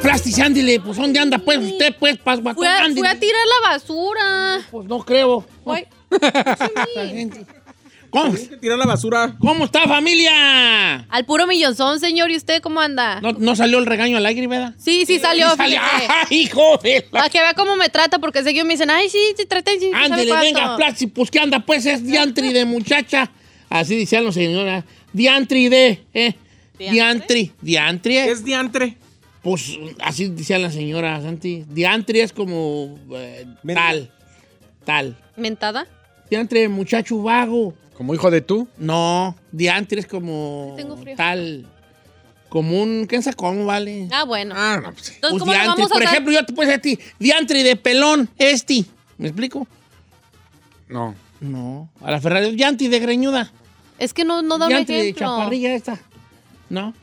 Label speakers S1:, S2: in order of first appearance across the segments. S1: plastis, ándele, pues ¿dónde anda pues usted, pues, Pasguatón?
S2: Fui a,
S1: ándele?
S2: fui a tirar la basura.
S1: Pues no creo.
S2: Ay, sí.
S1: ¿Cómo,
S3: Tirar la basura.
S1: cómo está, familia?
S2: Al puro millonzón, señor. ¿Y usted cómo anda?
S1: ¿No, no salió el regaño al aire, verdad?
S2: Sí, sí salió.
S1: Sí salió.
S2: fíjese.
S1: ¡Ajá, hijo de la-
S2: Para que vea cómo me trata, porque seguido me dicen, ay, sí, sí, traten, sí, no sabe
S1: Ándele,
S2: cuánto.
S1: venga, plastis, pues ¿qué anda pues? Es diantri de muchacha. Así decían los señores. Diantri de, ¿eh? Diantri, diantri.
S3: ¿Qué
S1: eh.
S3: es diantre?
S1: Pues así decía la señora Santi. Diantri es como eh,
S3: Men-
S1: tal. Tal.
S2: ¿Mentada?
S1: Diantri, muchacho vago.
S3: Como hijo de tú.
S1: No, diantri es como
S2: Tengo frío.
S1: tal. Como un. ¿Quién sacó? ¿Cómo vale?
S2: Ah, bueno.
S3: Ah, no, pues sí.
S2: Entonces,
S1: Pues
S2: ¿cómo le
S1: diantri,
S2: vamos a
S1: Por
S2: dar?
S1: ejemplo, yo te puse a ti. Diantri de pelón, este. ¿Me explico?
S3: No.
S1: No. A la Ferrari. Diantri de greñuda.
S2: Es que no, no da un
S1: diantri de
S2: ejemplo.
S1: chaparrilla esta. No.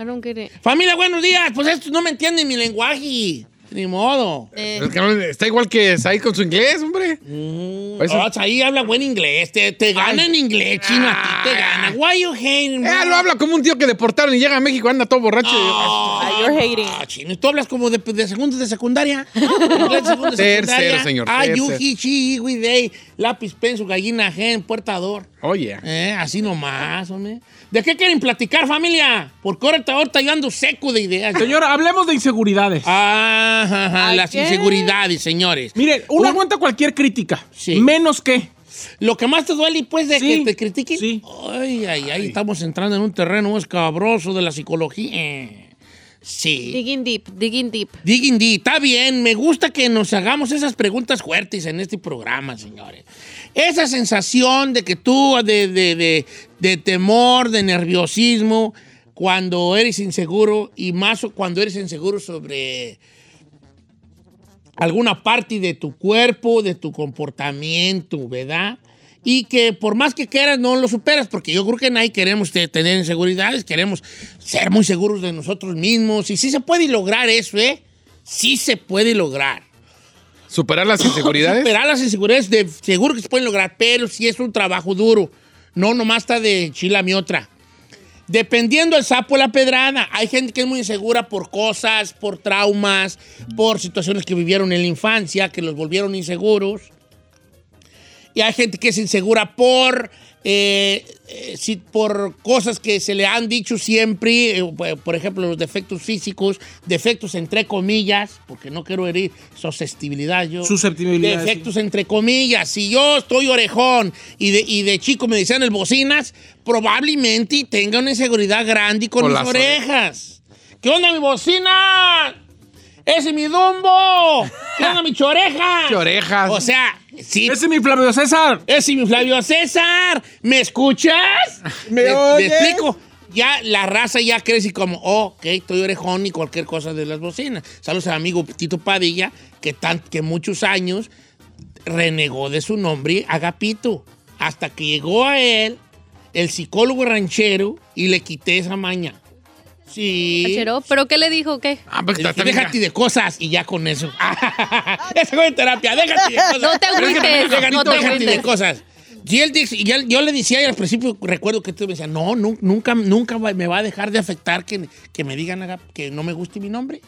S2: I don't get it.
S1: Familia, buenos días. Pues estos no me entienden mi lenguaje. Ni modo.
S2: Eh,
S3: Pero es que no- está igual que Said con su inglés, hombre.
S1: Mm,
S3: Pues-
S1: oh, ahí habla buen inglés. Te, te gana en inglés, chino. A ti te gana. Why you hating me?
S3: Ah. Eh, lo habla como un tío que deportaron y llega a México, anda todo borracho.
S1: Ah,
S4: Ah, you're hating.
S1: ah, chino, tú hablas como de, de segundo de secundaria. Inglés de segundo de
S3: Tercero,
S1: secundaria.
S3: señor,
S1: Ah,
S3: tercero.
S1: you, he, she, we, they, lápiz, penso, gallina, gen, puertador.
S3: Oye.
S1: Eh, así nomás, hombre. ¿De qué quieren platicar, familia? Porque ahorita, ahorita yo ando seco de ideas.
S3: Señor, hablemos de inseguridades.
S1: Ah, ajá, ajá, las
S2: ¿qué?
S1: inseguridades, señores.
S3: Miren, uno
S1: Un-
S3: aguanta cualquier crítica.
S1: Sí.
S3: Menos que.
S1: Lo que más te duele, pues, de
S3: Sí,
S1: que te critiquen.
S3: sí.
S1: Ay, ay, ay, estamos entrando en un terreno escabroso de la psicología. Eh, Sí.
S2: digging deep, digging deep.
S1: Digindi, está bien. Me gusta que nos hagamos esas preguntas fuertes en este programa, señores. Esa sensación de que tú, de, de- de- de temor, de nerviosismo, cuando eres inseguro y más cuando eres inseguro sobre alguna parte de tu cuerpo, de tu comportamiento, ¿verdad? Y que por más que quieras, no lo superas, porque yo creo que nadie queremos te- tener inseguridades, queremos ser muy seguros de nosotros mismos. Y sí se puede lograr eso, ¿eh? Sí se puede lograr.
S3: Superar las inseguridades.
S1: Superar las inseguridades, de, seguro que se pueden lograr, pero si es un trabajo duro. No, nomás está de chila mi otra. Dependiendo el sapo la pedrada, hay gente que es muy insegura por cosas, por traumas, por situaciones que vivieron en la infancia, que los volvieron inseguros. Y hay gente que es insegura por, eh, eh, si- por cosas que se le han dicho siempre, eh, por- por ejemplo, los defectos físicos, defectos entre comillas, porque no quiero herir susceptibilidad yo.
S3: Susceptibilidad,
S1: Defectos entre comillas. Si yo estoy orejón y de, y de chico me decían el bocinas, probablemente tenga una inseguridad grande con
S3: Con
S1: mis
S3: las
S1: orejas. ¿Qué onda mi bocina? ¡Ese es mi dumbo! ¿Qué onda mi choreja?
S3: ¿Qué orejas?
S1: O sea, sí,
S3: Ese es mi Flavio César.
S1: ese es mi Flavio César. ¿Me escuchas?
S3: ¿Me
S1: Te- te
S3: oyes?
S1: explico. Ya la raza ya crece como, oh, ok, estoy orejón y cualquier cosa de las bocinas. Saludos al amigo Tito Padilla, que, tan, que muchos años renegó de su nombre Agapito. Hasta que llegó a él el psicólogo ranchero y le quité esa maña. Sí.
S2: Cachero, ¿Pero qué le dijo? ¿Qué?
S3: Ah, pues
S1: Le dije,
S3: está, está bien.
S1: déjate de cosas y ya con eso. Esa fue terapia, déjate de cosas.
S2: No te agüites,
S1: Déjate,
S2: no te
S1: déjate de
S2: agüites.
S1: cosas. Y él dice- y él- yo le decía y al principio, recuerdo que tú me decía, no, nu- nunca, nunca va- me va a dejar de afectar que, que me digan haga- que no me guste mi nombre.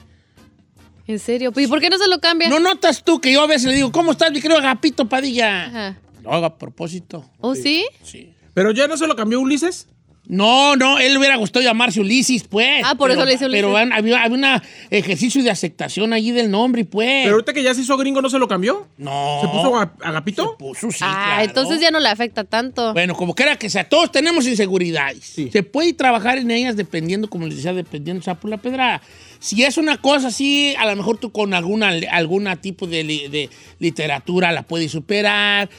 S2: ¿En serio? ¿Y por qué no se lo cambia?
S1: ¿No notas tú que yo a veces le digo, ¿cómo estás, mi querido Agapito Padilla?
S2: Ajá.
S1: Lo hago a propósito.
S2: ¿Oh, sí?
S1: Sí.
S3: Pero ya no se lo cambió Ulises.
S1: Eh. No, no, él le hubiera gustado llamarse Ulises, pues.
S2: Ah, por
S1: Pero-
S2: eso le dice Ulises.
S1: Pero han- había, había un ejercicio de aceptación allí del nombre, pues.
S3: Pero ahorita que ya se hizo gringo, ¿no se lo cambió?
S1: no.
S3: ¿Se puso a-
S1: Se
S3: agapito?
S1: puso, Pues, sí,
S2: ah,
S1: claro.
S2: entonces ya no le afecta tanto.
S1: Bueno, como quiera que sea, todos tenemos inseguridades.
S3: Sí.
S1: Se puede trabajar en ellas dependiendo, como les decía, dependiendo sapo la pedrada. Si es una cosa así, a lo mejor tú con alguna, alguna tipo de, li- de literatura la puedes superar.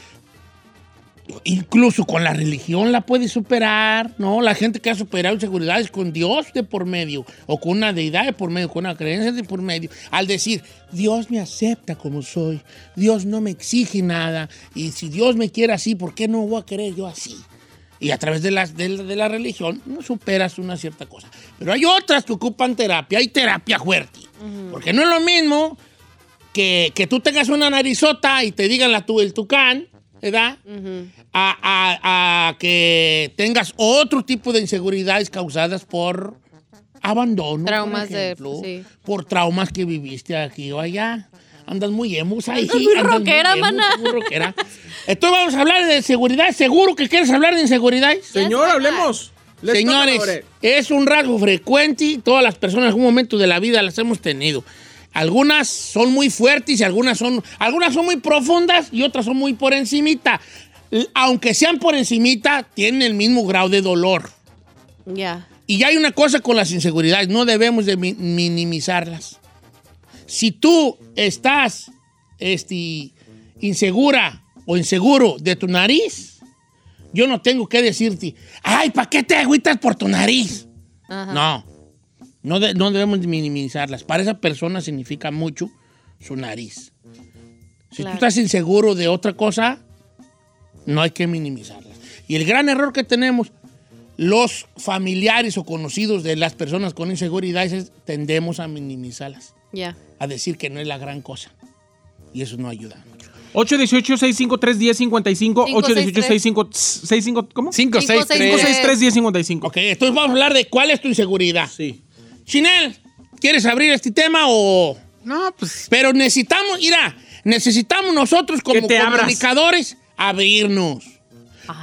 S1: Incluso con la religión la puedes superar, ¿no? La gente que ha superado inseguridades con Dios de por medio, o con una deidad de por medio, con una creencia de por medio. Al decir, Dios me acepta como soy, Dios no me exige nada, y si Dios me quiere así, ¿por qué no voy a querer yo así? Y a través de, las, de, la- de la religión no superas una cierta cosa. Pero hay otras que ocupan terapia, hay terapia fuerte. Porque no es lo mismo que, que tú tengas una narizota y te digan la tu, el tucán, ¿verdad? a, a- a que tengas otro tipo de inseguridades causadas por abandono. por
S2: Traumas de-
S1: ejemplo,
S2: sí.
S1: Por traumas que viviste aquí o allá. Andas muy emus ahí.
S2: Andas muy
S1: andas
S2: rockera,
S1: emo,
S2: maná.
S1: muy rockera. Entonces vamos a hablar de seguridad. ¿Seguro que quieres hablar de inseguridades?
S3: Señor, hablemos. Les toca,
S1: Señores,
S3: Lore.
S1: es un rasgo frecuente y todas las personas en algún momento de la vida las hemos tenido. Algunas son muy fuertes y algunas son, algunas son muy profundas y otras son muy por encimita. L- Aunque sean por encimita, tienen el mismo grado de dolor.
S2: Ya.
S1: Y ya hay una cosa con las inseguridades, no debemos de mi- minimizarlas. Si tú estás este, insegura o inseguro de tu nariz, yo no tengo que decirte, ay, ¿para qué te agüitas por tu nariz?
S2: Ajá.
S1: No, no, de- no debemos de minimizarlas. Para esa persona significa mucho su nariz. Si
S2: Claro.
S1: tú estás inseguro de otra cosa, no hay que minimizarlas. Y el gran error que tenemos los familiares o conocidos de las personas con inseguridades es- tendemos a minimizarlas,
S2: Ya.
S1: a decir que no es la gran cosa. Y eso no ayuda.
S3: 818-653-1055. 818-653-1055. ¿Cómo?
S4: 5,
S2: Cinco,
S4: 6,
S2: seis,
S4: 3.
S2: tres.
S1: Eh.
S3: 563-1055.
S1: Ok, entonces vamos a hablar de cuál es tu inseguridad.
S3: Sí.
S1: Chinel, ¿quieres abrir este tema o...?
S4: No, pues.
S1: Pero necesitamos, mira, necesitamos nosotros como
S3: Que te abras.
S1: comunicadores abrirnos.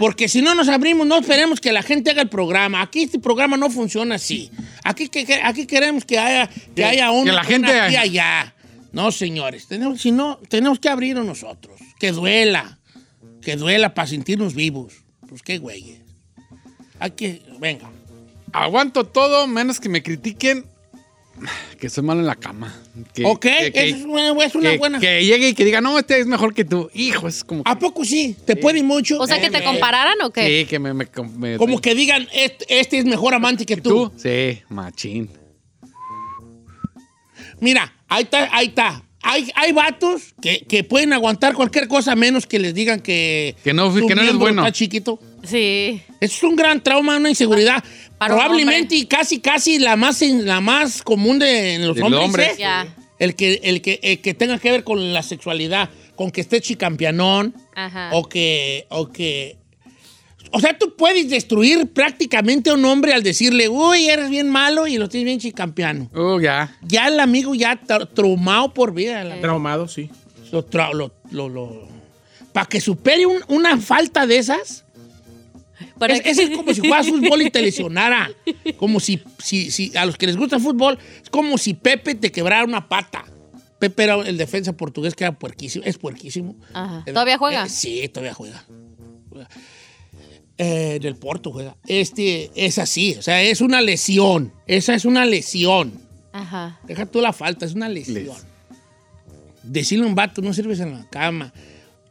S1: Porque si no nos abrimos, no esperemos que la gente haga el programa. Aquí este programa no funciona así. Aquí, que, que- aquí queremos que haya, que haya un,
S4: que la gente-
S1: un aquí allá. No, señores, tenemos, si no, tenemos que abrirnos nosotros. Que duela, que duela para sentirnos vivos. Pues qué güeyes. Aquí, venga.
S4: Aguanto todo, menos que me critiquen. Que soy malo en la cama. Que-
S1: ok,
S4: que- que-
S1: eso es una, es una
S4: que-
S1: buena. Ah,
S4: Que llegue y que diga, no, este es mejor que tú. Hijo, es como.
S1: ¿A poco sí? ¿Te puede mucho?
S2: O sea, que te
S1: comparas
S2: compararan o qué?
S4: Sí, que me. me- me-
S1: pues, Como que digan, este, este es mejor amante que tú.
S4: tú. Sí, machín.
S1: Mira, ahí está, ahí está. Hay, hay vatos que, que pueden aguantar cualquier cosa menos que les digan que...
S4: Que no-
S1: tu
S4: que no eres
S1: miembro
S4: bueno.
S1: Está chiquito.
S2: Sí.
S1: Eso es un gran trauma, una inseguridad.
S2: Para un
S1: Probablemente y casi, casi la más, la más común de en los
S4: Del
S1: hombres.
S4: hombre.
S1: ¿eh?
S2: Ya.
S1: El que, el, que, el que tenga que ver con la sexualidad, con que esté chicampianón
S2: Ajá.
S1: o que, o que... O sea, tú puedes destruir prácticamente a un hombre al decirle, uy, eres bien malo y lo tienes bien chicampiano.
S4: Uh, ya.
S1: Ya el amigo ya tra- traumado por vida. la-
S3: Traumado, sí.
S1: Lo, para que supere un- una falta de esas,
S2: Pero
S1: es, ese es como si jugara fútbol y te lesionara. Como si, si, si a los que les gusta el fútbol, es como si Pepe te quebrara una pata. Pepe era el defensa portugués que era puerquísimo, es puerquísimo.
S2: Ajá.
S1: Era-
S2: ¿Todavía juega?
S1: eh, sí, todavía juega. Juega. Eh, en el Porto juega. Este es así, o sea, es una lesión. Esa es una lesión.
S2: Ajá.
S1: Deja tú la falta, es una lesión.
S4: Les-
S1: Decirle a un vato, no sirves en la cama.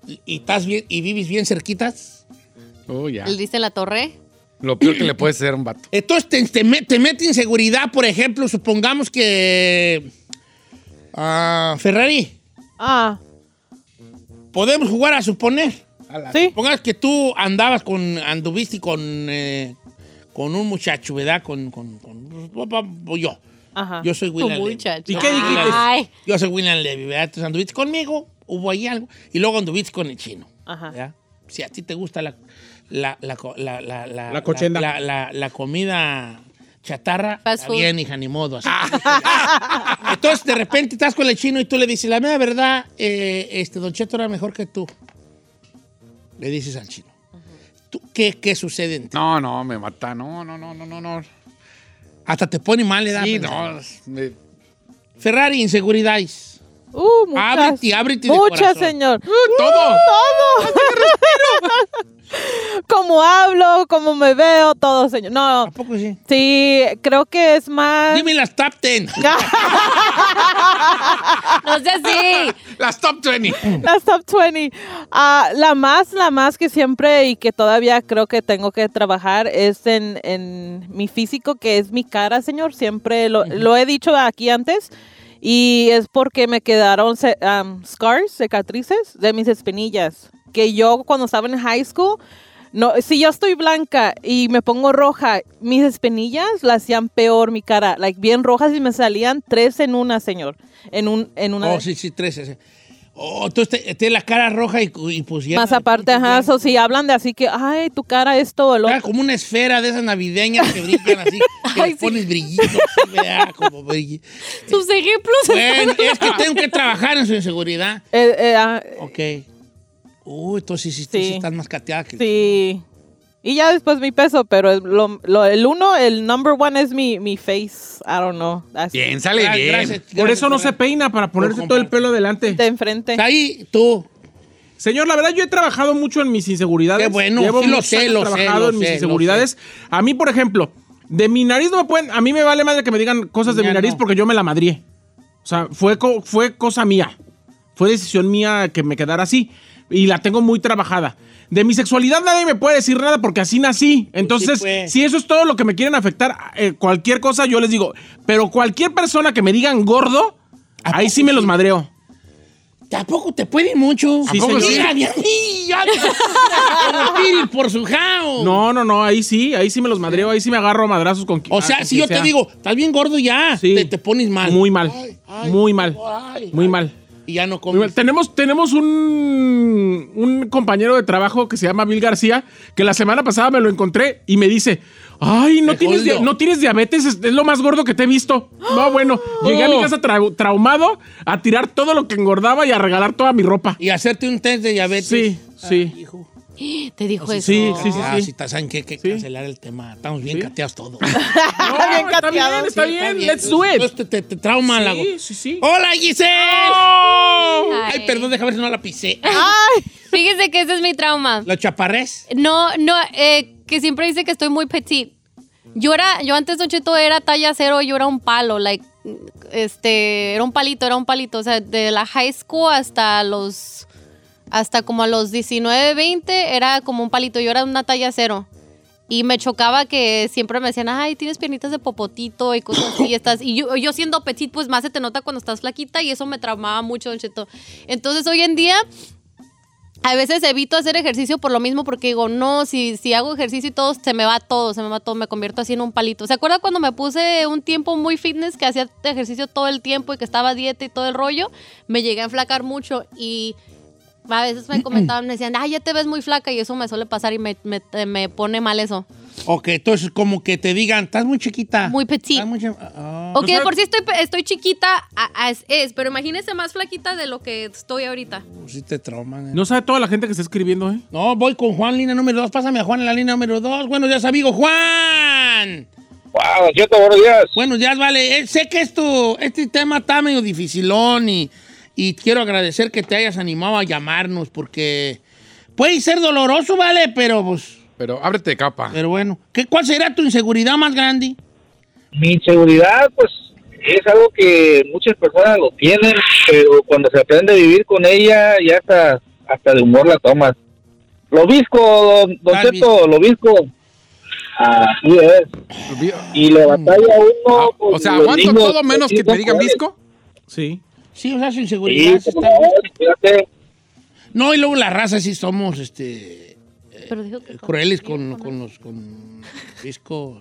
S1: Y, y estás bien, y vives bien cerquitas.
S4: Uh, ya.
S2: ¿Le diste en la torre?
S4: Lo peor que le puede ser a un vato.
S1: Entonces te, te me- te mete inseguridad, por ejemplo, supongamos que. ah, Ferrari,
S5: Ah,
S1: podemos jugar a suponer.
S5: sí.
S1: Supongamos que tú andabas con. anduviste con. eh, con un muchacho, ¿verdad? Con. con, con- yo.
S5: Ajá.
S1: Yo soy
S2: Tu
S1: William. Levy.
S2: muchacho.
S3: ¿Y qué dijiste?
S2: Ah, Ay.
S1: Yo soy William Levy, ¿verdad? Entonces anduviste conmigo, hubo ahí algo, y luego anduviste con el chino.
S5: Ajá.
S1: ¿verdad? Si a ti te gusta la, la, la, co- la, la, la,
S3: La cochenda.
S1: la- la- la comida chatarra,
S2: Fast
S1: está
S2: food.
S1: bien, hija, ni modo. así. Entonces, de repente estás con el chino y tú le dices, la mera verdad, eh, este, Don Cheto era mejor que tú. Le dices al chino. ¿Tú, qué, ¿Qué sucede en ti?
S4: No, no, me mata. No, no, no, no, no, no.
S1: Hasta te pone mal, edad.
S4: Sí, no. me-
S1: Ferrari, inseguridades.
S5: Uh, muchas.
S1: Ábrete, ábrete de
S5: Muchas,
S1: corazón. Uh,
S5: señor.
S4: todo.
S5: Cómo hablo, cómo me veo, todo, señor. No,
S1: ¿A poco sí?
S5: sí, creo que es más...
S1: Dime las top 10.
S2: No sé si.
S4: Las top 20.
S5: Las top 20. Ah, la más, la más que siempre y que todavía creo que tengo que trabajar es en, en mi físico, que es mi cara, señor. Siempre lo, lo he dicho aquí antes. Y es porque me quedaron ce- am, scars, cicatrices de mis espinillas. Que yo cuando estaba en high school, no, si yo estoy blanca y me pongo roja, mis espinillas la hacían peor mi cara, like bien rojas y me salían tres en una, señor. En, un, en una.
S1: Oh,
S5: de-
S1: sí, sí, 13. Oh, entonces te- tiene la cara roja y, y pusieron.
S5: Más aparte, ajá, so, si hablan de así que, ay, tu cara esto o lo
S1: Era como una esfera de esas navideñas que brillan así, que
S2: Ay,
S1: le
S2: sí.
S1: pones brillitos, así, ¿verdad? como brilli-
S2: Sus ejemplos.
S1: Bueno, es que tengo que trabajar en su inseguridad.
S5: Eh, eh, ah,
S1: Ok. Uy, entonces sí, tú sí
S5: Sí.
S1: estás más cateada que...
S5: sí. Y ya después mi peso, pero el- lo- lo- el uno, el number one es mi, mi face. I don't know. Así,
S4: Piénsale
S1: Gra-
S4: bien.
S1: gracias,
S3: Por
S1: gracias,
S3: eso no se
S1: Ferrari.
S3: peina, para ponerse
S1: Por
S3: todo el
S1: compadre.
S3: pelo adelante.
S5: De enfrente.
S1: Está Ahí, tú.
S3: Señor, la verdad yo he trabajado mucho en mis inseguridades.
S1: Qué bueno,
S3: Llevo
S1: sí lo
S3: muchos
S1: sé,
S3: años
S1: lo sé,
S3: trabajado
S1: lo
S3: en mis
S1: sé, lo
S3: inseguridades. A mí, por ejemplo, de mi nariz no me pueden... A mí me vale madre que me digan cosas de
S1: Ya
S3: mi nariz
S1: no.
S3: porque yo me la madrié. O sea, fue, co- fue cosa mía. Fue decisión mía que me quedara así. Y la tengo muy trabajada. De mi sexualidad nadie me puede decir nada porque así nací. Entonces,
S1: pues.
S3: si eso es todo lo que me quieren afectar, eh, cualquier cosa yo les digo. Pero cualquier persona que me digan gordo,
S1: ¿A
S3: ahí
S1: poco
S3: sí me los
S1: sí?
S3: madreo.
S1: Tampoco te pueden mucho.
S3: Sí,
S1: Tampoco
S3: señor.
S1: Mira, de aquí, ya- como Piri por su jao.
S3: No, no, no, ahí sí, ahí sí me los madreo, ahí sí me agarro a madrazos con ah,
S1: O sea,
S3: con
S1: si
S3: quien
S1: yo te
S3: sea.
S1: digo, estás bien gordo ya,
S3: Sí.
S1: te, te pones mal.
S3: Muy mal,
S1: Ay, ay,
S3: muy mal,
S1: ay,
S3: muy
S1: ay.
S3: mal.
S1: Y ya no
S3: Muy mal.
S1: comes.
S3: Tenemos, tenemos un, un compañero de trabajo que se llama Bill García, que la semana pasada me lo encontré y me dice, ay, no,
S1: Te
S3: tienes,
S1: jodió.
S3: dia- no tienes diabetes, es, es lo más gordo que te he visto. No, bueno,
S1: Oh.
S3: llegué a mi casa trau- traumado a tirar todo lo que engordaba y a regalar toda mi ropa.
S1: Y hacerte un test de diabetes.
S3: Sí, sí.
S1: Ay, hijo.
S2: Te dijo eso.
S3: Sí, sí, sí.
S1: Ah, si estás en que hay que cancelar el tema. Estamos bien cateados todos.
S3: No,
S5: bien
S3: está bien,
S5: cateado.
S3: está
S1: Sí,
S3: bien, let's do it.
S1: Entonces te, te- te trauma la
S3: Sí, Oh. sí, sí.
S1: ¡Hola, Giselle!
S2: Ay.
S1: Ay, perdón, déjame ver si no la pisé.
S2: Fíjese que ese es mi trauma.
S1: ¿La chaparrés?
S2: No, no, eh, que siempre dice que estoy muy petit. Yo era, yo antes, Don Cheto, era talla cero, yo era un palo, like, este, era un palito, era un palito. O sea, de la high school hasta los, hasta como a los 19, 20, era como un palito, yo era una talla cero. Y me chocaba que siempre me decían, ay, tienes piernitas de popotito y cosas así. Estás... Y yo, yo siendo petit, pues más se te nota cuando estás flaquita y eso me traumaba mucho, Don Cheto. Entonces, hoy en día, a veces evito hacer ejercicio por lo mismo porque digo, no, si, si hago ejercicio y todo, se me va todo, se me va todo, me convierto así en un palito. ¿Se acuerda cuando me puse un tiempo muy fitness que hacía ejercicio todo el tiempo y que estaba a dieta y todo el rollo? Me llegué a enflacar mucho y a veces me comentaban, me decían, ay, ya te ves muy flaca y eso me suele pasar y me, me- eh, me pone mal eso.
S1: Ok, entonces como que te digan, estás muy chiquita.
S2: Muy petit.
S1: Estás muy cha- ah.
S2: Ok,
S3: sea-
S2: por si estoy, pe- estoy chiquita, a- a- es, es, pero imagínese más flaquita de lo que estoy ahorita.
S1: Pues Sí te trauman. eh. No.
S3: No sabe toda la gente que está escribiendo, ¿eh?
S1: voy con Juan, línea número dos. Pásame a Juan en la línea número dos. Buenos días, amigo Juan.
S6: Wow, cierto, buenos días.
S1: Buenos días, vale. Eh, sé que esto, este tema está medio dificilón y, y quiero agradecer que te hayas animado a llamarnos porque puede ser doloroso, vale, pero pues,
S4: Pero ábrete de capa.
S1: pero bueno. ¿Qué, ¿Cuál será tu inseguridad más grande?
S6: Mi inseguridad, pues, es algo que muchas personas lo tienen, pero cuando se aprende a vivir con ella, ya hasta, hasta de humor la tomas. Lo visco, don, don
S1: Ah,
S6: Cheto, lo visco. Así es. Y le batalla uno.
S4: Ah,
S6: pues,
S4: o sea,
S6: los
S4: aguanto
S6: niños,
S4: todo menos
S6: pues,
S4: que
S6: sí,
S4: te
S6: son
S4: digan Pues,
S6: crueles.
S4: disco.
S3: Sí.
S1: Sí, o sea, su inseguridad.
S6: Sí,
S1: está-
S6: como no, fíjate.
S1: No, y luego la raza sí somos este,
S4: Eh,
S2: Pero dijo que
S1: crueles con, con los con discos.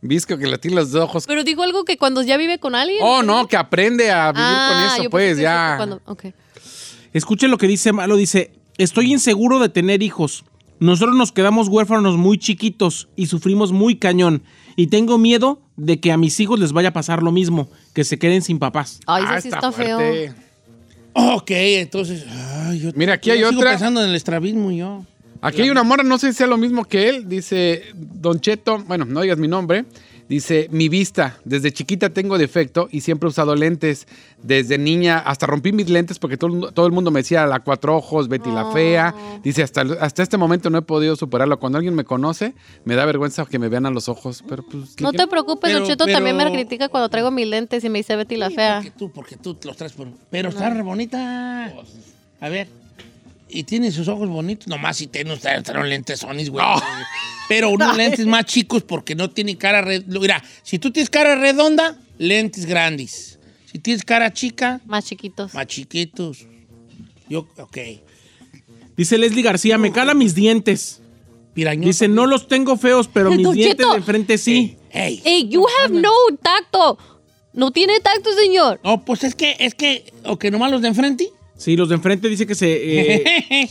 S4: Disco que le tiran los dos ojos.
S2: Pero dijo algo que cuando ya vive con alguien.
S4: Oh, no, que aprende a vivir
S2: Ah,
S4: con eso,
S2: yo pensé
S4: pues,
S2: que
S4: ya.
S2: cuando- ok.
S3: Escuchen lo que dice Malo, dice, estoy inseguro de tener hijos. Nosotros nos quedamos huérfanos muy chiquitos y sufrimos muy cañón. Y tengo miedo de que a mis hijos les vaya a pasar lo mismo, que se queden sin papás.
S2: Ay,
S4: Ah,
S2: eso sí está, feo.
S4: fuerte.
S1: Ok, entonces. ay, yo-
S4: Mira, aquí hay
S1: yo sigo
S4: otra.
S1: pensando en el estrabismo yo.
S4: Aquí hay una mora, no sé si sea lo mismo que él. Dice Don Cheto, bueno, no digas mi nombre. Dice, mi vista, desde chiquita tengo defecto y siempre he usado lentes. Desde niña, hasta rompí mis lentes porque todo, el mundo- todo el mundo me decía la cuatro ojos, Betty la fea.
S2: Oh.
S4: Dice, hasta, hasta este momento no he podido superarlo. Cuando alguien me conoce, me da vergüenza que me vean a los ojos. Pero pues, ¿qué
S2: No te
S4: quiere?
S2: preocupes,
S1: Pero-
S2: Don Cheto
S1: pero-
S2: también me critica cuando traigo mis lentes y me dice Betty la fea.
S1: Porque tú, porque tú los traes por. Pero está re bonita. A ver. Y tiene sus ojos bonitos. Nomás si tiene usted trae lentes Sonis, güey. Pero unos lentes más chicos porque no tiene cara redonda. Mira, si tú tienes cara redonda, lentes grandes. Si tienes cara chica,
S2: Más chiquitos.
S1: más chiquitos. Yo, ok.
S3: Dice Leslie García, me cala mis dientes.
S1: Pirañoso.
S3: Dice, no los tengo feos, pero mis
S2: Don
S3: dientes
S2: Cheto.
S3: de enfrente sí.
S1: Ey, ey.
S2: Ey, you have no tacto. No tiene tacto, señor.
S1: No, pues es que, es que, o que nomás los de enfrente.
S3: Sí, los de enfrente dice que se... eh,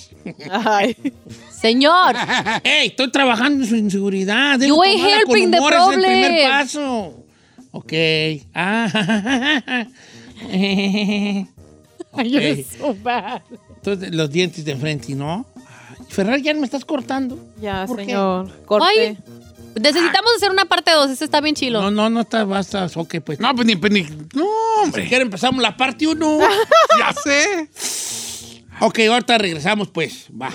S5: Ay.
S2: Señor,
S1: ¡Ey! Estoy trabajando en su inseguridad. Debe
S2: You ain't
S1: tomarla con
S2: helping the
S1: humor, Es el primer
S2: problem.
S1: paso. Ok. Ah.
S5: You're
S1: Ok.
S5: so bad.
S1: Entonces, los dientes de frente, ¿no? Ay, Ferrari, ya no me estás cortando.
S5: Ya,
S1: ¿Por qué?
S5: señor. Corte.
S2: Ay, necesitamos hacer una parte 2. Ese está bien chilo.
S1: No, no, no estás, basta. Ok, pues.
S4: No, pues ni, pues ni. No,
S1: Si
S4: hombre.
S1: quieren, empezamos la parte 1.
S4: Ya sé.
S1: ok, ahorita regresamos, pues. Va.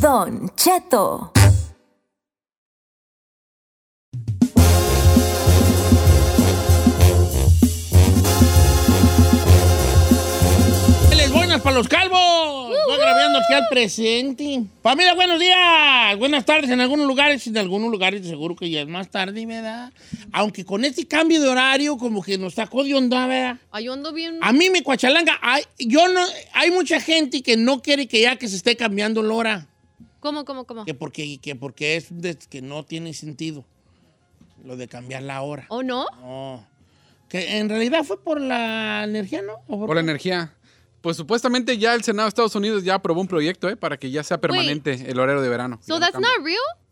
S7: Don Cheto.
S1: ¡Les buenas para los calvos! Estoy grabando aquí al presente. Familia, buenos días. Buenas tardes en algunos lugares. En algunos lugares seguro que ya es más tarde, ¿verdad? Aunque con este cambio de horario como que nos sacó de onda, ¿verdad?
S2: Ay, yo ando bien.
S1: A mí me cuachalanga. Hay, yo no, hay mucha gente que no quiere que ya que se esté cambiando la hora.
S2: ¿Cómo, cómo, cómo?
S1: Que porque, que porque es de- que no tiene sentido lo de cambiar la hora.
S2: ¿O ¿Oh, no?
S1: No. Que en realidad fue por la energía, ¿no? ¿O
S4: Por la
S1: qué?
S4: energía. Pues supuestamente ya el Senado de Estados Unidos ya aprobó un proyecto, ¿eh? Para que ya sea permanente el horario de verano. Ya
S2: So
S4: no
S2: that's
S4: cambie.
S2: not real.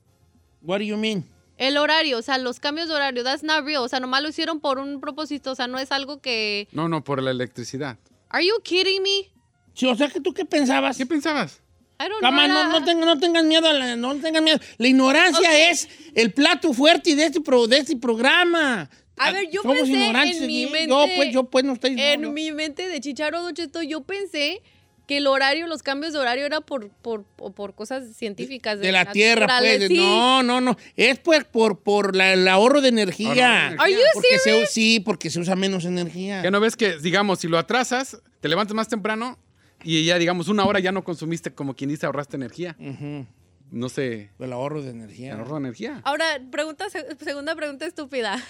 S1: What do you mean?
S2: El horario, o sea, los cambios de horario, that's not real. O sea, nomás lo hicieron por un propósito, o sea, no es algo que...
S4: No, no, por la electricidad.
S2: Are you kidding me?
S1: Sí, o sea, que tú qué pensabas?
S4: ¿Qué pensabas?
S2: I don't
S1: Cama,
S2: know.
S1: no, no, tengan, no tengan miedo, a la, no tengan miedo. La ignorancia
S2: Ok.
S1: es el plato fuerte de este, pro- de este programa.
S2: A ver, yo pensé en mi
S1: ¿sí?
S2: mente-
S1: Yo, pues, yo, pues, no estoy... no,
S2: En
S1: no.
S2: mi mente de Chicharo Don Cheto, yo pensé que el horario, los cambios de horario era por, por, o por cosas científicas.
S1: De la tierra,
S2: naturales,
S1: pues.
S2: sí.
S1: No, no, no. Es pues por, por la- el ahorro de
S4: Ahorro
S1: energía.
S4: de energía.
S2: Are you
S1: Porque
S2: serious?
S1: se, sí, porque se usa menos energía.
S4: ¿Qué no ves que, digamos, si lo atrasas, te levantas más temprano y ya, digamos, una hora ya no consumiste, como quien dice, ahorraste energía?
S1: Ujú, Ah,
S4: No sé,
S1: El ahorro de energía.
S4: ahorro de energía.
S2: Ahora, pregunta, se- segunda pregunta estúpida.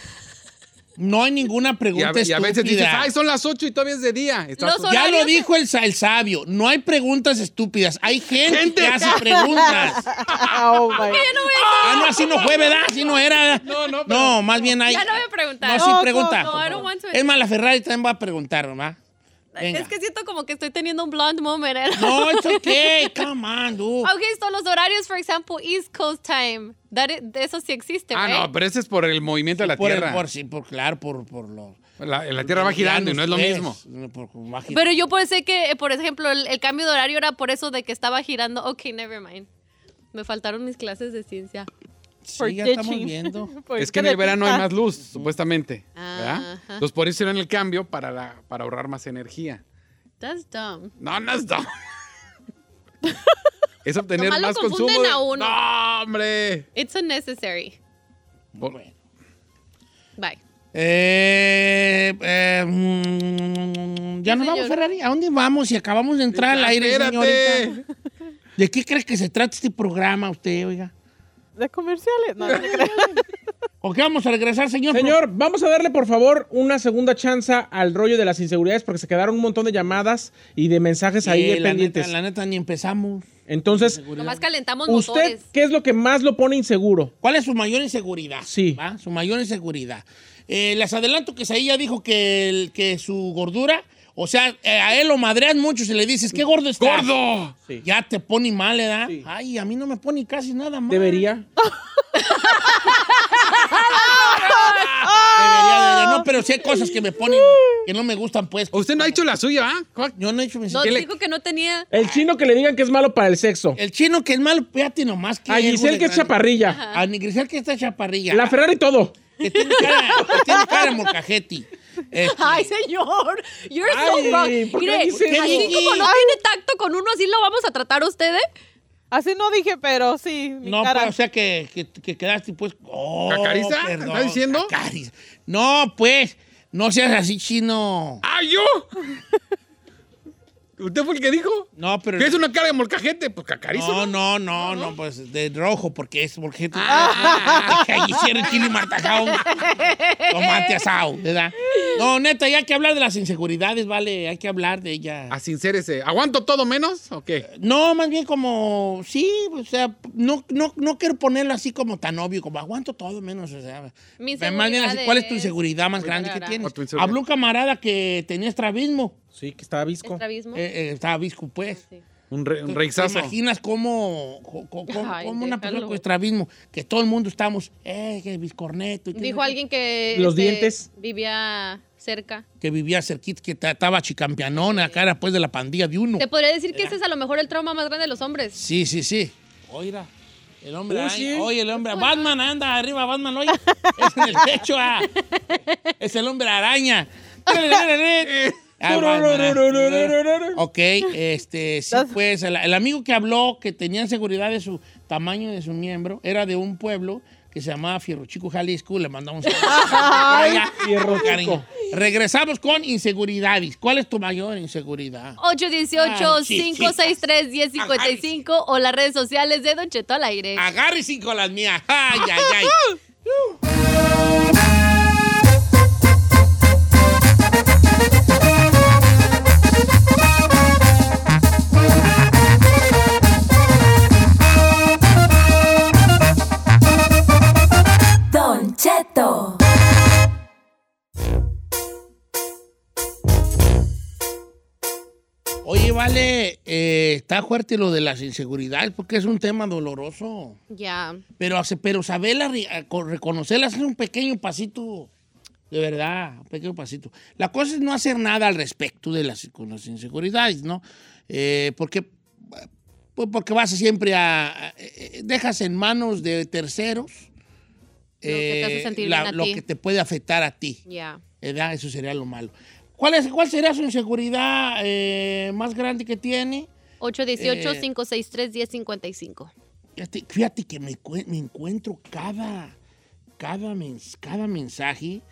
S1: No hay ninguna
S4: Y a,
S1: pregunta
S4: y a veces dices,
S1: estúpida.
S4: ay, son las 8 y todavía es de día. Estás-
S2: Los hor-
S1: Ya lo
S2: horarios-
S1: dijo el, sa- el sabio. No hay preguntas estúpidas. Hay gente, que hace preguntas.
S5: Oh, my.
S1: Ah, no, así no fue, ¿verdad? Así no era. No, no, No, más bien hay.
S2: Ya no voy a preguntar.
S1: No, sí
S5: No,
S1: pregunta.
S2: no, no, I don't want to-
S1: Es más, la Ferrari también va a preguntar, ¿verdad? Venga.
S2: Es que siento como que estoy teniendo un blonde moment. ¿eh?
S1: No, it's okay. Come on, dude.
S2: Okay, so los horarios, for example, East Coast time. That i- eso sí existe,
S4: Ah,
S2: right?
S4: no, pero ese es por el movimiento de la
S1: por, el-
S4: Tierra.
S1: por, ¿eh? sí, por, claro, por, por los...
S4: La, la Tierra va girando y no es lo mismo.
S1: Pues, por- va girando.
S2: Pero yo pensé que, eh, por ejemplo, el, el cambio de horario era por eso de que estaba girando. Ok, never mind. Me faltaron mis clases de ciencia.
S1: Sí, ya estamos viendo.
S5: Por
S4: Es que en el verano hay
S5: caretita.
S4: más luz, supuestamente. ¿verdad?
S2: Ajá.
S4: Entonces por eso hicieron el cambio para, la, para ahorrar más energía.
S2: That's dumb.
S4: No, no es no. es obtener
S2: Nomás lo
S4: más
S2: confunden
S4: consumo. de-
S2: a uno.
S4: No, hombre.
S2: It's unnecessary.
S4: Por-
S1: Bueno.
S2: Bye.
S1: Eh, eh, mm, ya nos
S2: señor.
S1: vamos, Ferrari. ¿A dónde vamos? Si acabamos de entrar al aire,
S4: Espérate.
S1: señorita. ¿De qué crees que se trata este programa usted, oiga?
S5: De comerciales. No, no te creas.
S1: ¿O qué vamos a regresar, señor?
S3: Señor, vamos a darle por favor una segunda chance al rollo de las inseguridades porque se quedaron un montón de llamadas y de mensajes
S1: Sí,
S3: Pues ahí
S1: Eh, la
S3: pendientes.
S1: neta, la neta, ni empezamos.
S3: Entonces,
S2: Nomás calentamos
S3: ¿usted
S2: motores.
S3: qué es lo que más lo pone inseguro?
S1: ¿Cuál es su mayor inseguridad?
S3: Sí.
S1: ¿Va? Su mayor inseguridad. Eh, les adelanto que Saí ya dijo que, el- que su gordura, o sea, eh, a él lo madrean mucho si le dices, ¿qué gordo estás?
S4: ¡Gordo!
S1: Ya te pone mal, ¿verdad?
S3: Sí.
S1: Ay, a mí no me pone casi nada mal.
S3: Debería.
S1: Debería, debería. No, pero sí hay cosas que me ponen que no me gustan, pues.
S4: Usted no ha hecho la suya, ¿ah? ¿Cuál?
S1: Yo no he hecho mis
S2: No,
S1: ¿Qué le-
S2: dijo que no tenía.
S3: El chino que le digan que es malo para el sexo.
S1: El chino que es malo, fíjate nomás que.
S3: A Giselle Ah, que es chaparrilla.
S1: A Giselle que está chaparrilla.
S3: La Ferrari todo.
S1: que tiene cara, que tiene cara de molcajeti. Este,
S2: Ay, señor. You're
S3: Ay,
S2: so wrong.
S3: ¿por qué
S2: Mire,
S3: dice
S1: eso?
S2: así como no tiene tacto con uno, así lo vamos a tratar a usted, ¿eh?
S5: Así no dije, pero sí. Mi
S1: No,
S5: cara.
S1: pues, o sea que, que, que quedaste pues. Oh,
S4: ¿Cacariza? ¿Está diciendo?
S1: cacariza. No, pues, no seas así chino.
S4: ¡Ah, yo! ¿Usted fue el que dijo?
S1: No, pero.
S4: ¿Que es una cara de molcajete? Pues cacarizo.
S1: No, no, no, no, pues de rojo, porque es molcajete.
S4: Ah.
S1: Ahí hicieron chile martajón. Tomate asado, ¿verdad? No, neta, ya hay que hablar de las inseguridades, vale, hay que hablar de ellas.
S4: A sincérese. ¿Aguanto todo menos o qué?
S1: No, más bien como, sí, o sea, no, no, no quiero ponerlo así como tan obvio, como aguanto todo menos, o sea.
S2: Mi
S1: Más bien así,
S2: inseguridad
S1: ¿cuál es tu
S2: es-
S1: inseguridad más grande que
S2: Claro.
S1: tienes?
S4: O tu inseguridad.
S1: Habló un camarada que tenía estrabismo,
S3: Sí, que estaba visco.
S2: ¿Estrabismo?
S1: eh, eh, estaba visco, pues.
S2: Sí.
S4: Un, re, un
S1: ¿Te
S4: reizazo.
S1: imaginas cómo, co- co- cómo-
S2: Ay,
S1: cómo una persona
S2: déjalo.
S1: con estrabismo, que todo el mundo estamos, eh, que biscorneto. y que-
S2: Dijo alguien que... este,
S3: Los dientes.
S2: Vivía cerca.
S1: Que vivía cerquita, que ta- estaba chicampianona, acá era pues de la pandilla de uno.
S2: Te podría decir que ese es a lo mejor el trauma más grande de los hombres.
S1: Sí, sí, sí. Oiga, el hombre,
S3: Oh,
S1: ay,
S3: sí.
S1: oye, el hombre, Batman anda arriba, Batman, oye, es en el techo, ah. es el hombre araña. Ah, Batman, ah. ok, este, sí, pues, el, el amigo que habló que tenía seguridad de su tamaño de su miembro era de un pueblo que se llamaba Fierro Chico, Jalisco, le mandamos un saludo por allá,
S3: Fierro
S1: con cariño. Regresamos con inseguridades. ¿Cuál es tu mayor inseguridad?
S3: Oh,
S1: Ay, chiquitas.
S2: 818-563-1055 o las redes sociales de Don Cheto al aire.
S3: Ah.
S1: Agárrese con las mías. Ay, ay, ay.
S7: Don Cheto.
S1: Oye, vale, eh, está fuerte lo de las inseguridades porque es un tema doloroso.
S2: Ya.
S1: Pero, hace- pero saberla, re- a- co- reconocerla, hacer un pequeño pasito. De verdad, un pequeño pasito. La cosa es no hacer nada al respecto de las, con las inseguridades, ¿no? Eh, porque, pues porque vas siempre a... a- eh, dejas en manos de terceros eh,
S2: Lo que te hace sentir bien a
S1: lo
S2: ti.
S1: que te puede afectar a ti.
S2: Ya.
S1: ¿verdad? Eso sería lo malo. ¿Cuál, es, cuál sería su inseguridad eh, más grande que tiene?
S3: Eh.
S2: 818-563-1055.
S1: Fíjate, fíjate que me, cue- me encuentro cada, cada, mens- cada mensaje.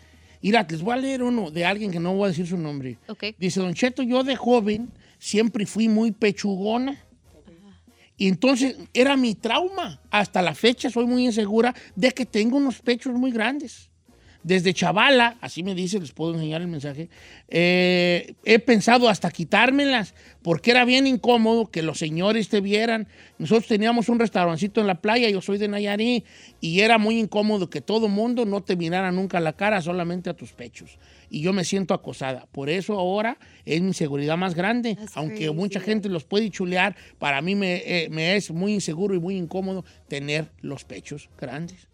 S1: Mira, les voy a leer uno de alguien que no voy a decir su nombre.
S2: Ok.
S1: Dice, Don Cheto, yo de joven siempre fui muy pechugona. Y entonces era mi trauma. Hasta la fecha soy muy insegura de que tengo unos pechos muy grandes. Desde chavala, así me dice, les puedo enseñar el mensaje, eh, he pensado hasta quitármelas porque era bien incómodo que los señores te vieran. Nosotros teníamos un restaurancito en la playa, yo soy de Nayarit, y era muy incómodo que todo mundo no te mirara nunca la cara, solamente a tus pechos. Y yo me siento acosada. Por eso ahora es mi seguridad más grande,
S2: That's
S1: aunque
S2: crazy.
S1: mucha gente los puede chulear, para mí me, eh, me es muy inseguro y muy incómodo tener los pechos grandes.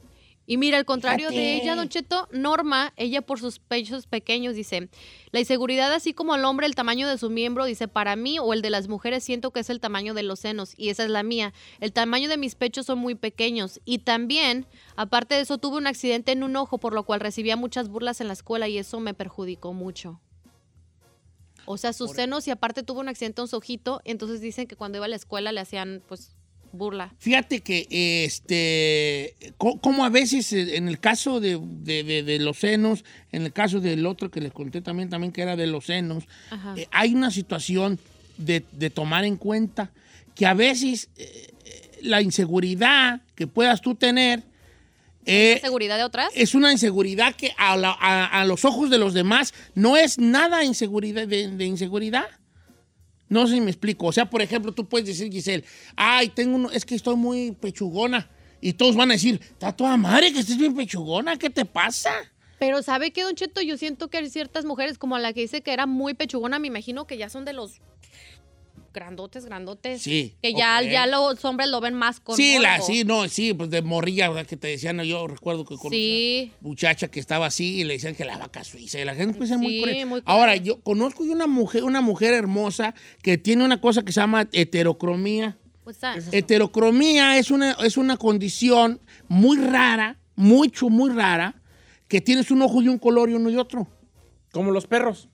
S2: Y mira, al contrario de
S1: Fíjate.
S2: ella, Don Cheto, Norma, ella por sus pechos pequeños dice, la inseguridad así como al hombre, el tamaño de su miembro, dice, para mí o el de las mujeres siento que es el tamaño de los senos y esa es la mía. El tamaño de mis pechos son muy pequeños y también, aparte de eso, tuve un accidente en un ojo por lo cual recibía muchas burlas en la escuela y eso me perjudicó mucho. O sea, sus senos y aparte tuvo un accidente en su ojito, entonces dicen que cuando iba a la escuela le hacían pues burla.
S1: Fíjate que, este, co- como a veces eh, en el caso de, de- de- de los senos, en el caso del otro que les conté también, también que era de los senos,
S2: Ajá.
S1: eh, hay una situación de, de tomar en cuenta que a veces eh, eh, la inseguridad que puedas tú tener eh,
S2: ¿Seguridad de otras?
S1: es una inseguridad que a, la- a- a los ojos de los demás no es nada inseguridad de, de inseguridad. No sé si me explico. O sea, por ejemplo, tú puedes decir, Giselle, ay, tengo uno, es que estoy muy pechugona. Y todos van a decir, está toda madre que estés bien pechugona, ¿qué te pasa?
S2: Pero ¿sabe qué, Don Cheto? Yo siento que hay ciertas mujeres, como la que dice que era muy pechugona, me imagino que ya son de los grandotes, grandotes.
S1: Sí,
S2: Que ya,
S1: ok.
S2: ya los hombres lo ven más con
S1: sí, la,
S2: morbo.
S1: sí, no, sí, pues de morrilla, ¿verdad? Que te decían, yo recuerdo que con
S2: Sí.
S1: muchacha que estaba así y le decían que la vaca suiza. Y la gente puede ser muy
S2: Sí,
S1: cruel.
S2: muy cruel.
S1: Ahora, yo conozco yo una mujer, una mujer hermosa que tiene una cosa que se llama heterocromía.
S2: What's that?
S1: Heterocromía es una, es una condición muy rara, mucho, muy rara, que tienes un ojo de un color y uno de otro.
S3: Como los perros.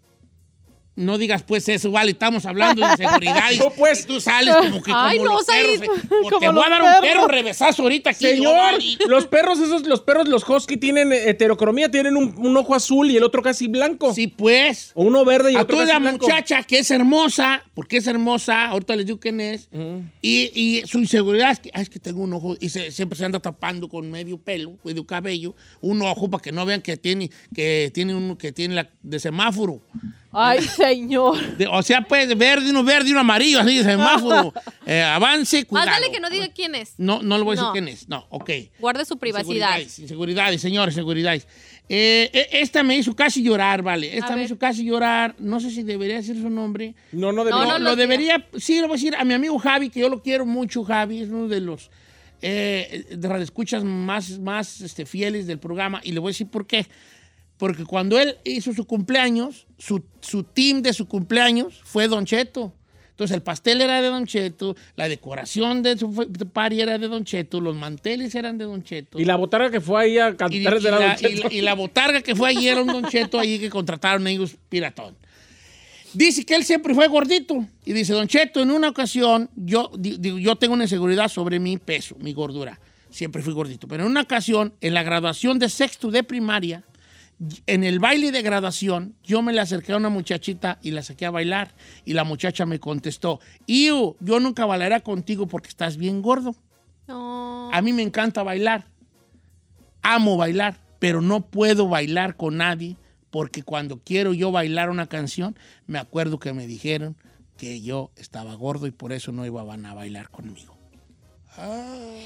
S1: No digas pues eso, vale, estamos hablando de seguridad. y-
S3: No, pues.
S1: y tú sales como que como
S2: Ay, no,
S1: los
S2: Said,
S1: perros, eh, o
S5: como
S1: te voy a
S5: los
S1: dar un perro
S5: perros.
S1: revesazo ahorita aquí.
S3: Señor,
S1: Giovanni.
S3: los perros esos, los perros, los husky tienen heterocromía, tienen un, un ojo azul y el otro casi blanco.
S1: Sí, pues.
S3: O uno verde y el
S1: A
S3: otro
S1: toda
S3: casi
S1: la
S3: blanco.
S1: muchacha que es hermosa, porque es hermosa, ahorita les digo quién es, y, y su inseguridad es que, "Ay, es que tengo un ojo, y se- siempre se anda tapando con medio pelo, medio cabello, un ojo para que no vean que tiene, que tiene uno que tiene la de semáforo.
S5: Ay, señor.
S1: De- o sea, pues verde, uno verde, uno amarillo, así de semáforo. Eh, avance,
S2: Más
S1: cuidado.
S2: vale que no diga quién es.
S1: No, no le voy a decir
S2: No.
S1: quién es. No, ok.
S2: Guarde su privacidad.
S1: Inseguridades, inseguridades, señores, inseguridades. Eh, e- esta me hizo casi llorar, vale. Esta
S2: A
S1: me
S2: ver.
S1: hizo casi llorar. No sé si debería decir su nombre.
S3: No,
S1: No,
S3: no debería.
S2: no
S1: lo
S2: lo
S1: debería, sí, lo voy a decir a mi amigo Javi, que yo lo quiero mucho, Javi, es uno de los eh, de radioescuchas más, más este, fieles del programa, y le voy a decir por qué. Porque cuando él hizo su cumpleaños, su, su team de su cumpleaños fue Don Cheto. Entonces el pastel era de Don Cheto, la decoración de su fe- de party era de Don Cheto, los manteles eran de Don Cheto.
S3: Y la botarga que fue ahí a
S1: Y- y
S3: cantar
S1: la,
S3: de la,
S1: y la- y la botarga que fue ayer a un Don Cheto ahí que contrataron ellos piratón. Dice que él siempre fue gordito. Y dice, Don Cheto, en una ocasión, yo, di- digo, yo tengo una inseguridad sobre mi peso, mi gordura. Siempre fui gordito. Pero en una ocasión, en la graduación de sexto de primaria, en el baile de graduación, yo me le acerqué a una muchachita y la saqué a bailar. Y la muchacha me contestó, Iu, yo nunca bailaré contigo porque estás bien gordo.
S2: No.
S1: A mí me encanta bailar. Amo bailar, pero no puedo bailar con nadie porque cuando quiero yo bailar una canción, me acuerdo que me dijeron que yo estaba gordo y por eso no iban a bailar conmigo.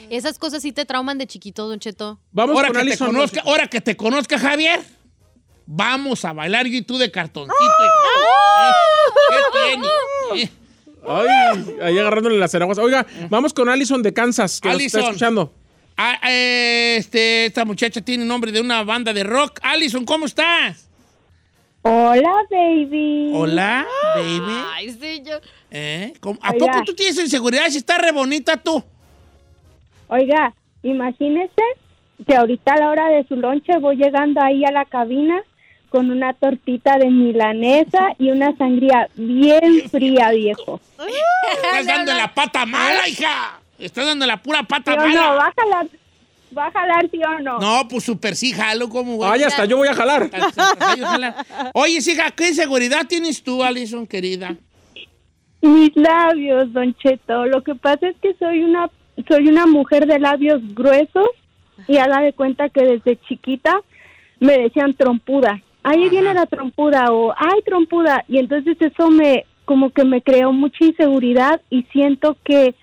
S2: Esas cosas sí te trauman de chiquito, Don Cheto.
S3: Vamos
S1: ahora,
S3: con
S1: que te
S3: Alison
S1: conozca,
S3: Ross.
S1: ahora que te conozca, Javier, vamos a bailar yo y tú de cartoncito. hijo. ¿Eh? ¿Qué tiene? ¿Eh?
S3: Ay, ahí agarrándole las enaguas. Oiga, vamos con Alison de Kansas, que nos está
S1: Alison.
S3: escuchando.
S1: Ah, eh, este, esta muchacha tiene nombre de una banda de rock. Allison, ¿cómo estás?
S7: Hola, baby.
S1: Hola, baby.
S2: Ay, señor.
S1: ¿Eh? ¿Cómo? ¿A
S7: Oiga.
S1: poco tú tienes inseguridad si está re bonita tú?
S7: Oiga, imagínese que ahorita a la hora de su lonche voy llegando ahí a la cabina con una tortita de milanesa y una sangría bien fría, viejo.
S1: Estás dando la pata mala, hija. Estás dando la pura pata
S7: ¿Sí o no?
S1: mala.
S7: ¿Va a jalar, va a jalar sí o no?
S1: No, pues super sí, jalo como güey.
S3: Ay, hasta yo voy a jalar.
S1: Ojalá. Oye, hija, ¿qué inseguridad tienes tú, Alison, querida?
S7: Mis labios, Don Cheto. Lo que pasa es que soy una soy una mujer de labios gruesos y a la de cuenta que desde chiquita me decían trompuda. Ahí viene la trompuda o ay trompuda y entonces eso me como que me creó mucha inseguridad y siento que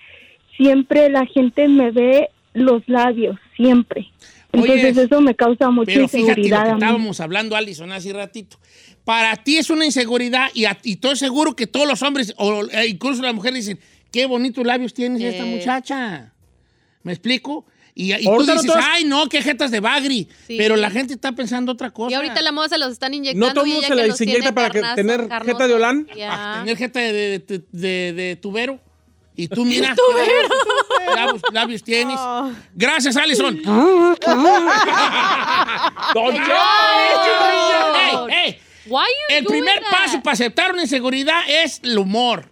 S7: siempre la gente me ve los labios siempre.
S1: Oye,
S7: Entonces eso me causa mucha
S1: Pero fíjate lo
S7: inseguridad
S1: que
S7: a mí.
S1: estábamos hablando, Alison, hace ratito. Para ti es una inseguridad y, a- y estoy seguro que todos los hombres, o e incluso las mujeres, dicen, qué bonitos labios tienes esta muchacha. ¿Me explico? Y, y tú
S3: Ahorita no
S1: dices,
S3: todas-
S1: ay, no, qué jetas de bagri.
S2: Sí.
S1: Pero la gente está pensando otra cosa.
S2: Y ahorita la moda se los están inyectando.
S3: No todo
S2: y
S3: mundo
S2: ella
S3: se
S2: que
S3: la
S2: los tiene
S3: inyecta para que
S2: carnosa-
S3: tener
S2: carnosos.
S3: jeta de Olán.
S1: Para
S2: Ya.
S1: tener jeta de, de- de- de- de tubero. Y tú, mira. labios, labios tienes. Gracias, Alison.
S3: ¡Don Cheto!
S2: Ay,
S1: Ey, ey,
S2: Why you
S1: El
S2: doing
S1: primer
S2: that?
S1: paso para aceptar una inseguridad es el humor.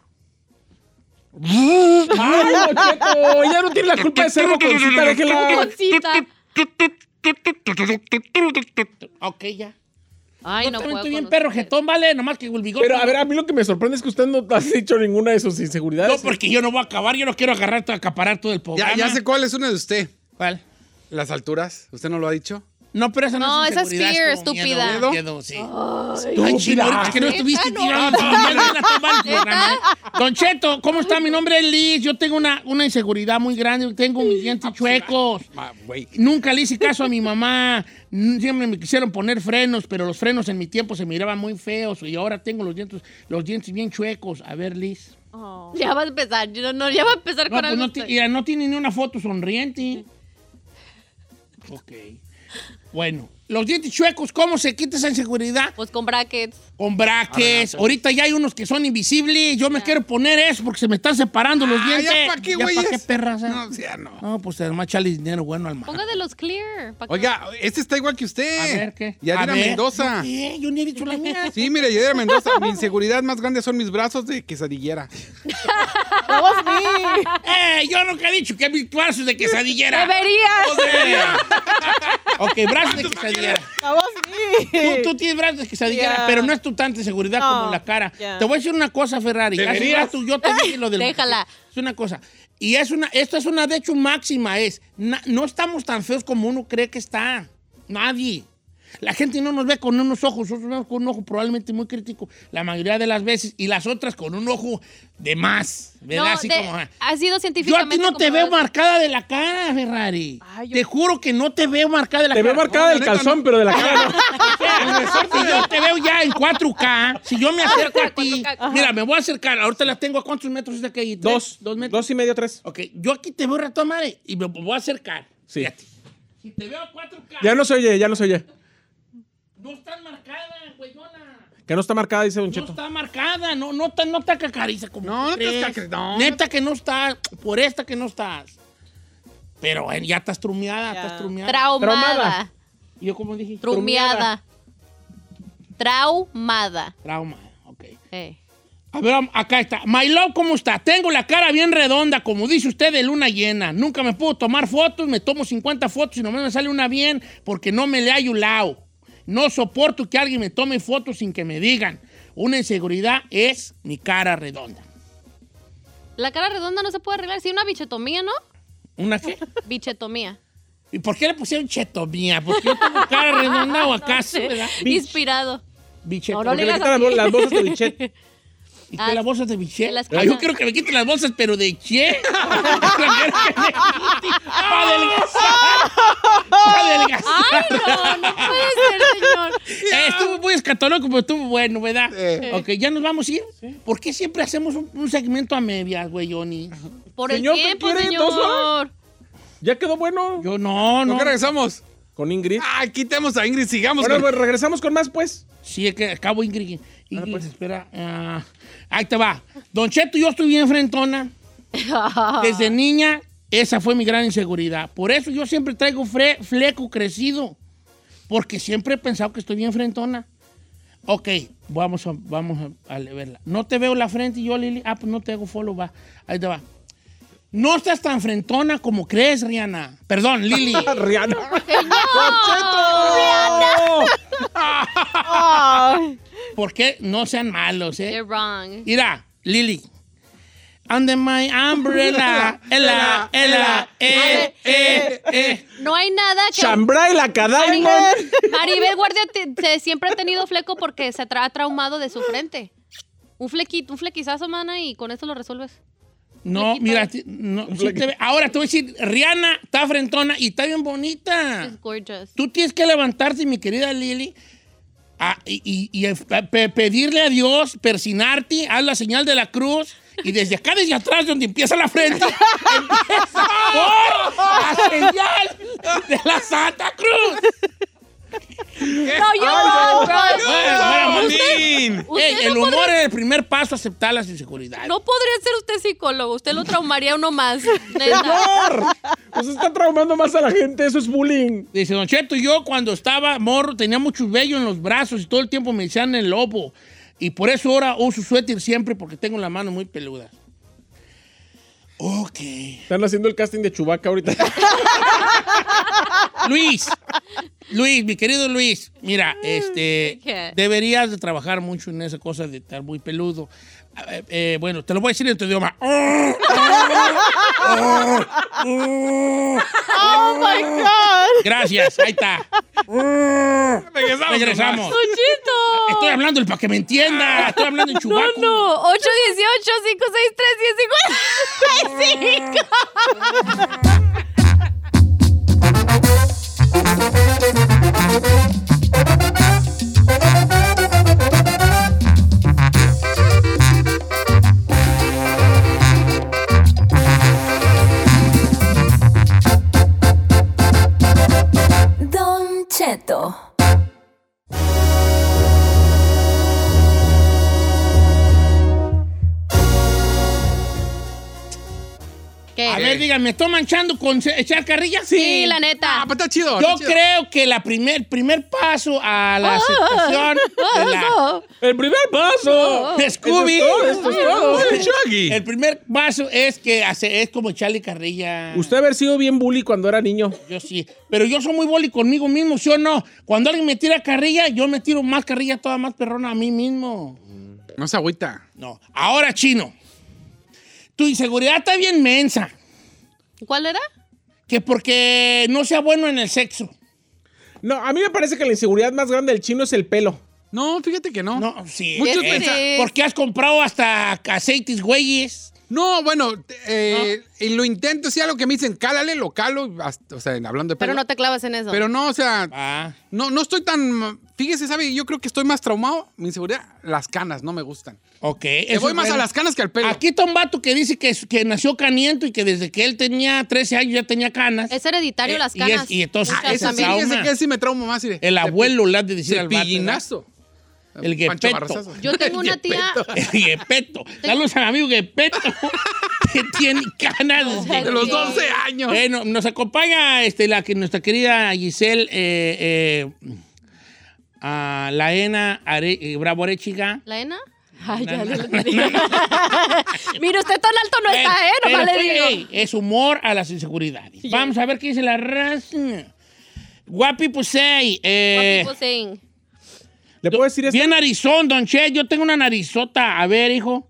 S3: ¡Ay, Don Cheto! Ella no tiene la culpa de ser roconcita, déjela.
S2: Cosita.
S1: Ok, ya.
S2: Ay,
S1: Yo
S2: no
S1: también
S2: puedo.
S1: estoy bien
S2: con
S1: perro
S2: ustedes.
S1: jetón, ¿vale? Nomás que el bigote.
S3: Pero a ver, a mí lo que me sorprende es que usted no has dicho ninguna de sus
S1: No,
S3: inseguridades.
S1: porque yo no voy a acabar. Yo no quiero agarrar, acaparar todo el programa.
S4: Ya, ya sé cuál es una de usted.
S1: ¿Cuál?
S4: Las alturas. ¿Usted no lo ha dicho?
S1: No, pero esa no,
S2: No,
S1: es
S2: esa es
S1: inseguridad,
S2: fear,
S1: como
S2: estúpida.
S1: Miedo, miedo, sí. Ay, chino, ahorita que no estuviste tirando. ¿eh? Don Cheto, ¿cómo está? Mi nombre es Liz. Yo tengo una, una inseguridad muy grande. Tengo mis dientes chuecos.
S4: pues Ah, güey.
S1: Nunca le hice caso a mi mamá. Mm, Siempre me quisieron poner frenos, pero los frenos en mi tiempo se miraban muy feos y ahora tengo los dientes, los dientes bien chuecos. A ver, Liz.
S2: Ya va a empezar. yo No, no, ya va a empezar
S1: No,
S2: con
S1: pues
S2: algo.
S1: no ti- mira, no tiene ni una foto sonriente. Ok. Bueno, los dientes chuecos, ¿cómo se quita esa inseguridad?
S2: Pues con brackets.
S1: Con braques. Ahorita ya hay unos que son invisibles. Yo me quiero poner eso porque se me están separando los
S4: Ah,
S1: dientes.
S4: ¿ya pa' qué, güeyes?
S1: ¿Ya pa' qué, perras? eh?
S4: No, sea, no.
S1: No, pues además chale dinero bueno al mar.
S2: Ponga de los clear. pa' que-
S4: Oiga, este está igual que usted.
S1: A ver, ¿qué? A
S4: Yadira
S1: ver,
S4: Mendoza.
S1: ¿yo ¿Qué? Yo ni he dicho la mía.
S4: Sí, mire, Yadira Mendoza. Mi inseguridad más grande son mis brazos de quesadillera.
S5: That was me.
S1: ¡Eh! Yo nunca he dicho que mis brazos de quesadillera.
S2: Deberías.
S1: ¡Joder! ok, brazos de quesadillera.
S5: That was me.
S1: Tú, tú tienes brazos de quesadillera,
S5: Ya.
S1: pero no es tu tanta seguridad
S5: No,
S1: como la cara.
S5: ya.
S1: Te voy a decir una cosa, Ferrari. Hace
S4: Deberías.
S1: rato yo te dije lo del...
S2: Déjala.
S1: Es una cosa. Y es una, esto es una, de hecho, máxima. Es, na- no estamos tan feos como uno cree que está. Nadie. La gente no nos ve con unos ojos, nosotros nos vemos con un ojo probablemente muy crítico la mayoría de las veces y las otras con un ojo de más, ¿verdad?
S2: No,
S1: Así
S2: de-
S1: como, ah.
S2: ha sido
S1: Yo a
S2: científicamente.
S1: ti no te veo
S2: comprobado.
S1: marcada de la cara, Ferrari.
S5: Ay, yo-
S1: Te juro que no te veo marcada de la
S3: Te
S1: cara.
S3: veo marcada del
S4: neta,
S3: calzón,
S4: no.
S3: pero de la cara no.
S1: Si yo te veo ya en 4K, si yo me acerco a ti,
S2: 4K, ajá.
S1: mira, me voy a acercar, ahorita la tengo a cuántos metros es de aquí? ¿Tres?
S3: Dos.
S1: Dos metros.
S3: Dos y medio, tres.
S1: Ok, yo aquí te veo rato, madre, y me voy a acercar.
S3: Sí.
S1: Fíjate. Si te veo a 4K,
S3: Ya no se oye, ya no se oye.
S1: no está marcada, güeyona.
S3: Que no está marcada, dice Don
S1: No
S3: Cheto.
S1: está marcada, no, no, está, no está cacariza como
S4: No,
S1: tú
S4: no te
S1: crees.
S4: cacare- no,
S1: Neta que no está, por esta que no estás. Pero eh, ya estás trumeada,
S5: Ya.
S1: estás trumeada.
S2: Traumada.
S3: Traumada.
S1: ¿Y yo como dije?
S2: Trumiada. Traumada.
S1: Trauma, ok.
S2: Eh.
S1: A ver, am- acá está. My love, ¿cómo está? Tengo la cara bien redonda, como dice usted, de luna llena. Nunca me puedo tomar fotos, me tomo 50 fotos y nomás me sale una bien porque no me le hallo lado. No soporto que alguien me tome fotos sin que me digan. Una inseguridad es mi cara redonda.
S2: La cara redonda no se puede arreglar. Sí, una bichetomía, ¿no?
S1: ¿Una qué?
S2: Bichetomía.
S1: ¿Y por qué le pusieron chetomía? Porque yo tengo cara redonda o acaso, ¿verdad?
S2: Inspirado.
S1: Bicheto-
S2: No, no le digas
S3: Ahorita las bol- las bolsas de bichet.
S1: ¿Y qué, las bolsas de bichet?
S2: las
S1: Ah, yo
S2: cosas.
S1: quiero Ah, que me quiten las bolsas, pero de che. ¡Para adelgazar! ¡Para adelgazar!
S2: ¡Ay, no! No puede ser, señor.
S1: Eh, estuvo muy escatológico, pero estuvo bueno, ¿verdad?
S4: Sí.
S1: Ok, ¿ya nos vamos a ir? ¿Por qué siempre hacemos un, un segmento a medias, güey, Johnny?
S2: Por el
S3: Señor, ¿qué
S2: tiempo,
S3: quiere? ¿Dos
S2: señor.
S3: Ya quedó bueno.
S1: Yo no,
S4: ¿Con
S1: no.
S4: qué regresamos?
S3: Con Ingrid.
S4: Ah, quitemos a Ingrid, sigamos.
S3: Bueno,
S4: con-
S3: pues regresamos con más, pues.
S1: Sí, es que acabo Ingrid. Ingrid, espera. Ah, ahí te va. Don Cheto, yo estoy bien frentona. Desde niña, esa fue mi gran inseguridad. Por eso yo siempre traigo fre- fleco crecido. Porque siempre he pensado que estoy bien frentona. Ok, vamos a, vamos a, a verla. No te veo la frente y yo, Lili. Ah, pues no te hago follow, va. Ahí te va. No estás tan frentona como crees, Rihanna. Perdón, Lili.
S3: Rihanna.
S5: Ay.
S1: Porque no sean malos, ¿eh?
S2: You're wrong.
S1: Mira, Lili. Under my umbrella, ela, ela, eh, eh, eh.
S2: No hay nada que.
S3: Chambray la Cadaimon.
S2: Maribel Guardia te- te- siempre ha tenido fleco porque se tra- ha traumado de su frente. Un flequito, un flequizazo, mana, y con esto lo resuelves.
S1: No,
S2: Flequito.
S1: mira, ti- no, sí te ve. ahora te voy a decir, Rihanna está frentona y está bien bonita.
S2: It's gorgeous.
S1: Tú tienes que levantarte, mi querida Lili, a- y, y- y a- pe- pedirle a Dios, persinarte, haz la señal de la cruz, y desde acá, desde atrás, donde empieza la frente, empieza por la señal de la Santa Cruz.
S2: No, you're wrong, bro.
S1: Bueno, bueno,
S4: Marín.
S2: Usted
S1: Ey, el
S2: no,
S1: humor
S2: podría,
S1: es el primer paso a aceptar las inseguridades.
S2: no podría ser usted psicólogo. Usted lo traumaría uno más. neta.
S3: Pues está traumando más a la gente. Eso es bullying.
S1: Dice Don Cheto, yo cuando estaba morro tenía mucho vello en los brazos y todo el tiempo me decían el lobo. Y por eso ahora uso suéter siempre porque tengo las manos muy peludas. Ok.
S3: Están haciendo el casting de Chubaca ahorita.
S1: Luis, Luis, mi querido Luis, mira, este,
S2: Mm, ¿Qué?
S1: deberías de trabajar mucho en esa cosa de estar muy peludo. Eh, eh, bueno, te lo voy a decir en tu idioma.
S5: Oh my God.
S1: Gracias, ahí está.
S4: Regresamos.
S1: Regresamos.
S2: ¡Ponchito!
S1: Estoy hablando el para que me entienda. Estoy hablando en
S2: Ah. No,
S1: chubaco.
S2: no. 818 563 1055
S8: Don Cheto.
S2: ¿Qué?
S1: A ver, dígame, ¿me estoy manchando con se- echar carrilla?
S2: Sí, la neta.
S4: Ah, pero está chido.
S1: Yo
S4: está chido.
S1: creo que la primer, primer paso a la aceptación de la...
S2: Oh,
S3: El primer paso.
S1: Scooby.
S3: Esto es todo, esto es todo.
S1: El primer paso es que hace, es como echarle carrilla.
S3: Usted haber sido bien bully cuando era niño.
S1: Yo sí, pero yo soy muy boli conmigo mismo, ¿sí o no? Cuando alguien me tira carrilla, yo me tiro más carrilla, toda más perrona a mí mismo.
S4: No se agüita.
S1: No, ahora chino. Tu inseguridad está bien mensa,
S2: ¿Cuál era?
S1: que porque no sea bueno en el sexo.
S3: No, a mí me parece que la inseguridad más grande del chino es el pelo.
S4: No, fíjate que no. No,
S1: No, sí.
S4: Muchos
S1: eh,
S2: pensa-
S1: Porque has comprado hasta aceites güeyes.
S4: bueno, te- eh, y lo intento, sí, algo que me dicen, cálale, lo calo, hasta- o sea, hablando de
S2: Pero
S4: pelo.
S2: no te clavas en eso.
S4: Pero no, o sea,
S1: Ah,
S4: no, no estoy tan, fíjese, sabe, yo creo que estoy más traumado, mi inseguridad, las canas no me gustan.
S1: ok.
S4: Me
S1: eso
S4: voy
S1: es
S4: más a
S1: bueno.
S4: las canas que al pelo.
S1: Aquí está un vato que dice que, que nació caniento y que desde que él tenía 13 años ya tenía canas.
S2: es hereditario
S1: Eh,
S2: las
S1: y es-
S2: canas.
S1: y entonces-
S4: Ah,
S2: Muchas
S4: ese,
S1: también.
S4: fíjese
S1: Trauma.
S4: que sí me traumo más. mire.
S1: El abuelo le ha de decir al vato.
S4: Cepillinazo.
S1: El
S4: Pancho
S1: guepeto.
S4: Barrazazo.
S2: Yo tengo una tía-
S4: guepeto.
S1: ¿verdad? El Gepetto. Saludos a mi amigo Gepetto. que tiene canas. desde-
S4: De los
S2: Sí.
S4: 12 años.
S1: Eh, no- nos acompaña este, la, que nuestra querida Giselle eh, eh, a Laena Are, eh, Bravo Arechiga.
S2: ¿La ENA? Ay, ya
S1: Na-
S2: le
S1: na-
S2: lo digo. Mire, usted tan alto no está, ¿eh?
S1: Pero
S2: Nomás le
S1: estoy- ey,
S2: digo.
S1: es humor a las inseguridades. Vamos a ver qué dice la raza. Guapi Pusey. Eh,
S2: What people saying.
S3: ¿Le puedo decir esto?
S1: bien narizón, don Che. Yo tengo una narizota. A ver, hijo.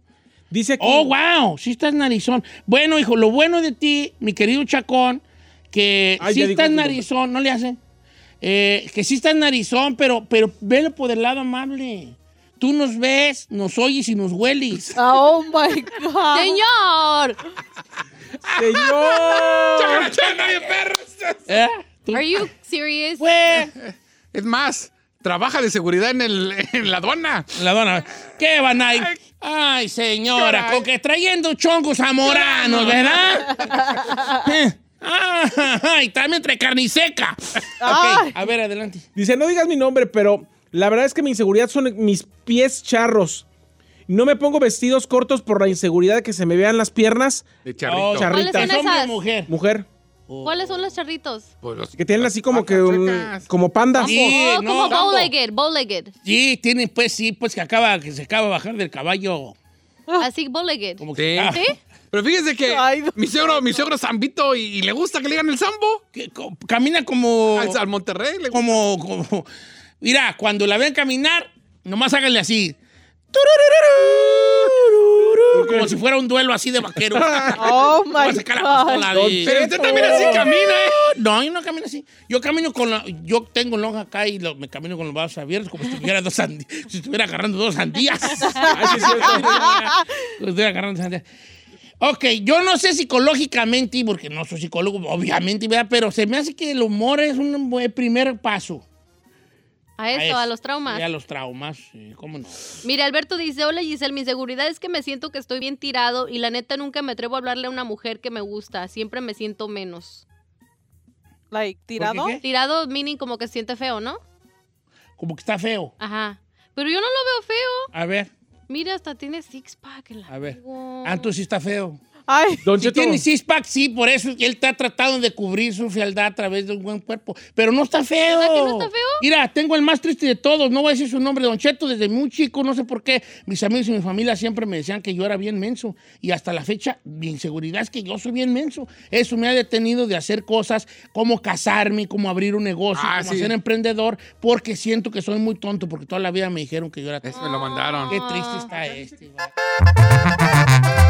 S3: Dice aquí.
S1: Oh, wow, sí estás narizón. Bueno, hijo, lo bueno de ti, mi querido Chacón, que
S3: Ay,
S1: sí
S3: ya digo
S1: estás
S3: su nombre.
S1: narizón, no le hacen. Eh, que sí estás narizón, pero, pero velo por el lado amable. Tú nos ves, nos oyes y nos hueles.
S5: Oh my God.
S2: Señor,
S3: ¡Señor!
S1: ¿Eh? Pues, Tú-
S2: are you serious?
S1: Güey.
S4: Es más, trabaja de seguridad en, el, en la aduana.
S1: La dona. ¿Qué van ahí? Ay, señora,
S4: Llora.
S1: con que trayendo chongos zamoranos, ¿verdad? Eh, Ay, también entre carniceca. Ok, a ver, adelante.
S3: Dice, no digas mi nombre, pero la verdad es que mi inseguridad son mis pies charros. No me pongo vestidos cortos por la inseguridad de que se me vean las piernas.
S4: De charrito.
S1: Oh,
S3: ¿Cuáles son
S1: ¿Es hombre o
S2: esas?
S1: mujer?
S3: Mujer,
S2: ¿Cuáles son los charritos?
S4: Pues los-
S3: que tienen así como
S4: las
S3: que un-
S4: pacas.
S3: como pandas.
S1: Ah, Sí,
S2: oh,
S1: no,
S2: como
S1: tambo.
S2: bow-legged, bow-legged.
S1: Sí, tiene, pues sí, pues que acaba, que se acaba de bajar del caballo.
S2: Así, bow-legged.
S1: Ah. Como
S4: Sí.
S1: que ah,
S2: ¿Sí?
S4: Pero fíjese que
S5: Ay, no.
S4: mi suegro, mi suegro es zambito y, y le gusta que le digan el zambo.
S1: que co- camina como,
S4: Al, al Monterrey le gusta.
S1: como, como. Mira, cuando la ven caminar, nomás háganle así. Como si fuera un duelo así de vaqueros.
S5: Oh
S1: Voy a
S5: my
S1: sacar la pistola
S5: God.
S1: de-
S4: Pero usted también así camina, ¿eh?
S1: No, yo no camino así. Yo camino con la. Yo tengo lonja acá y lo- me camino con los brazos abiertos como si tuviera dos sandías. Si estuviera agarrando dos sandías.
S3: Ay, sí, es cierto.
S1: Estoy agarrando sandías. Ok, yo no sé psicológicamente, porque no soy psicólogo, obviamente, ¿verdad? pero se me hace que el humor es un buen primer paso. Ah,
S2: A eso, a los traumas.
S1: Y a los traumas, sí, ¿cómo no?
S2: Mira, Alberto dice, hola Giselle, mi seguridad es que me siento que estoy bien tirado y la neta nunca me atrevo a hablarle a una mujer que me gusta, siempre me siento menos.
S5: Like, tirado.
S1: qué?
S2: Tirado, meaning como que se siente feo, ¿no?
S1: Como que está feo.
S2: Ajá. Pero yo no lo veo feo.
S1: A ver,
S2: Mira, hasta tiene six pack el
S1: a ver.
S2: amigo.
S1: Ah, tú sí está feo.
S5: Ay,
S3: Don
S1: Si
S3: Cheto,
S1: tiene six pack, sí, por eso él está tratando de cubrir su fealdad a través de un buen cuerpo. Pero no está feo.
S2: ¿Verdad que no está feo?
S1: Mira, tengo el más triste de todos, no voy a decir su nombre, Don Cheto, desde muy chico, no sé por qué. Mis amigos y mi familia siempre me decían que yo era bien menso. Y hasta la fecha, mi inseguridad es que yo soy bien menso. Eso me ha detenido de hacer cosas como casarme, como abrir un negocio,
S4: Ah,
S1: como
S4: sí.
S1: ser emprendedor, porque siento que soy muy tonto, porque toda la vida me dijeron que yo era tonto.
S4: Eso me lo mandaron.
S1: Qué triste está este. va.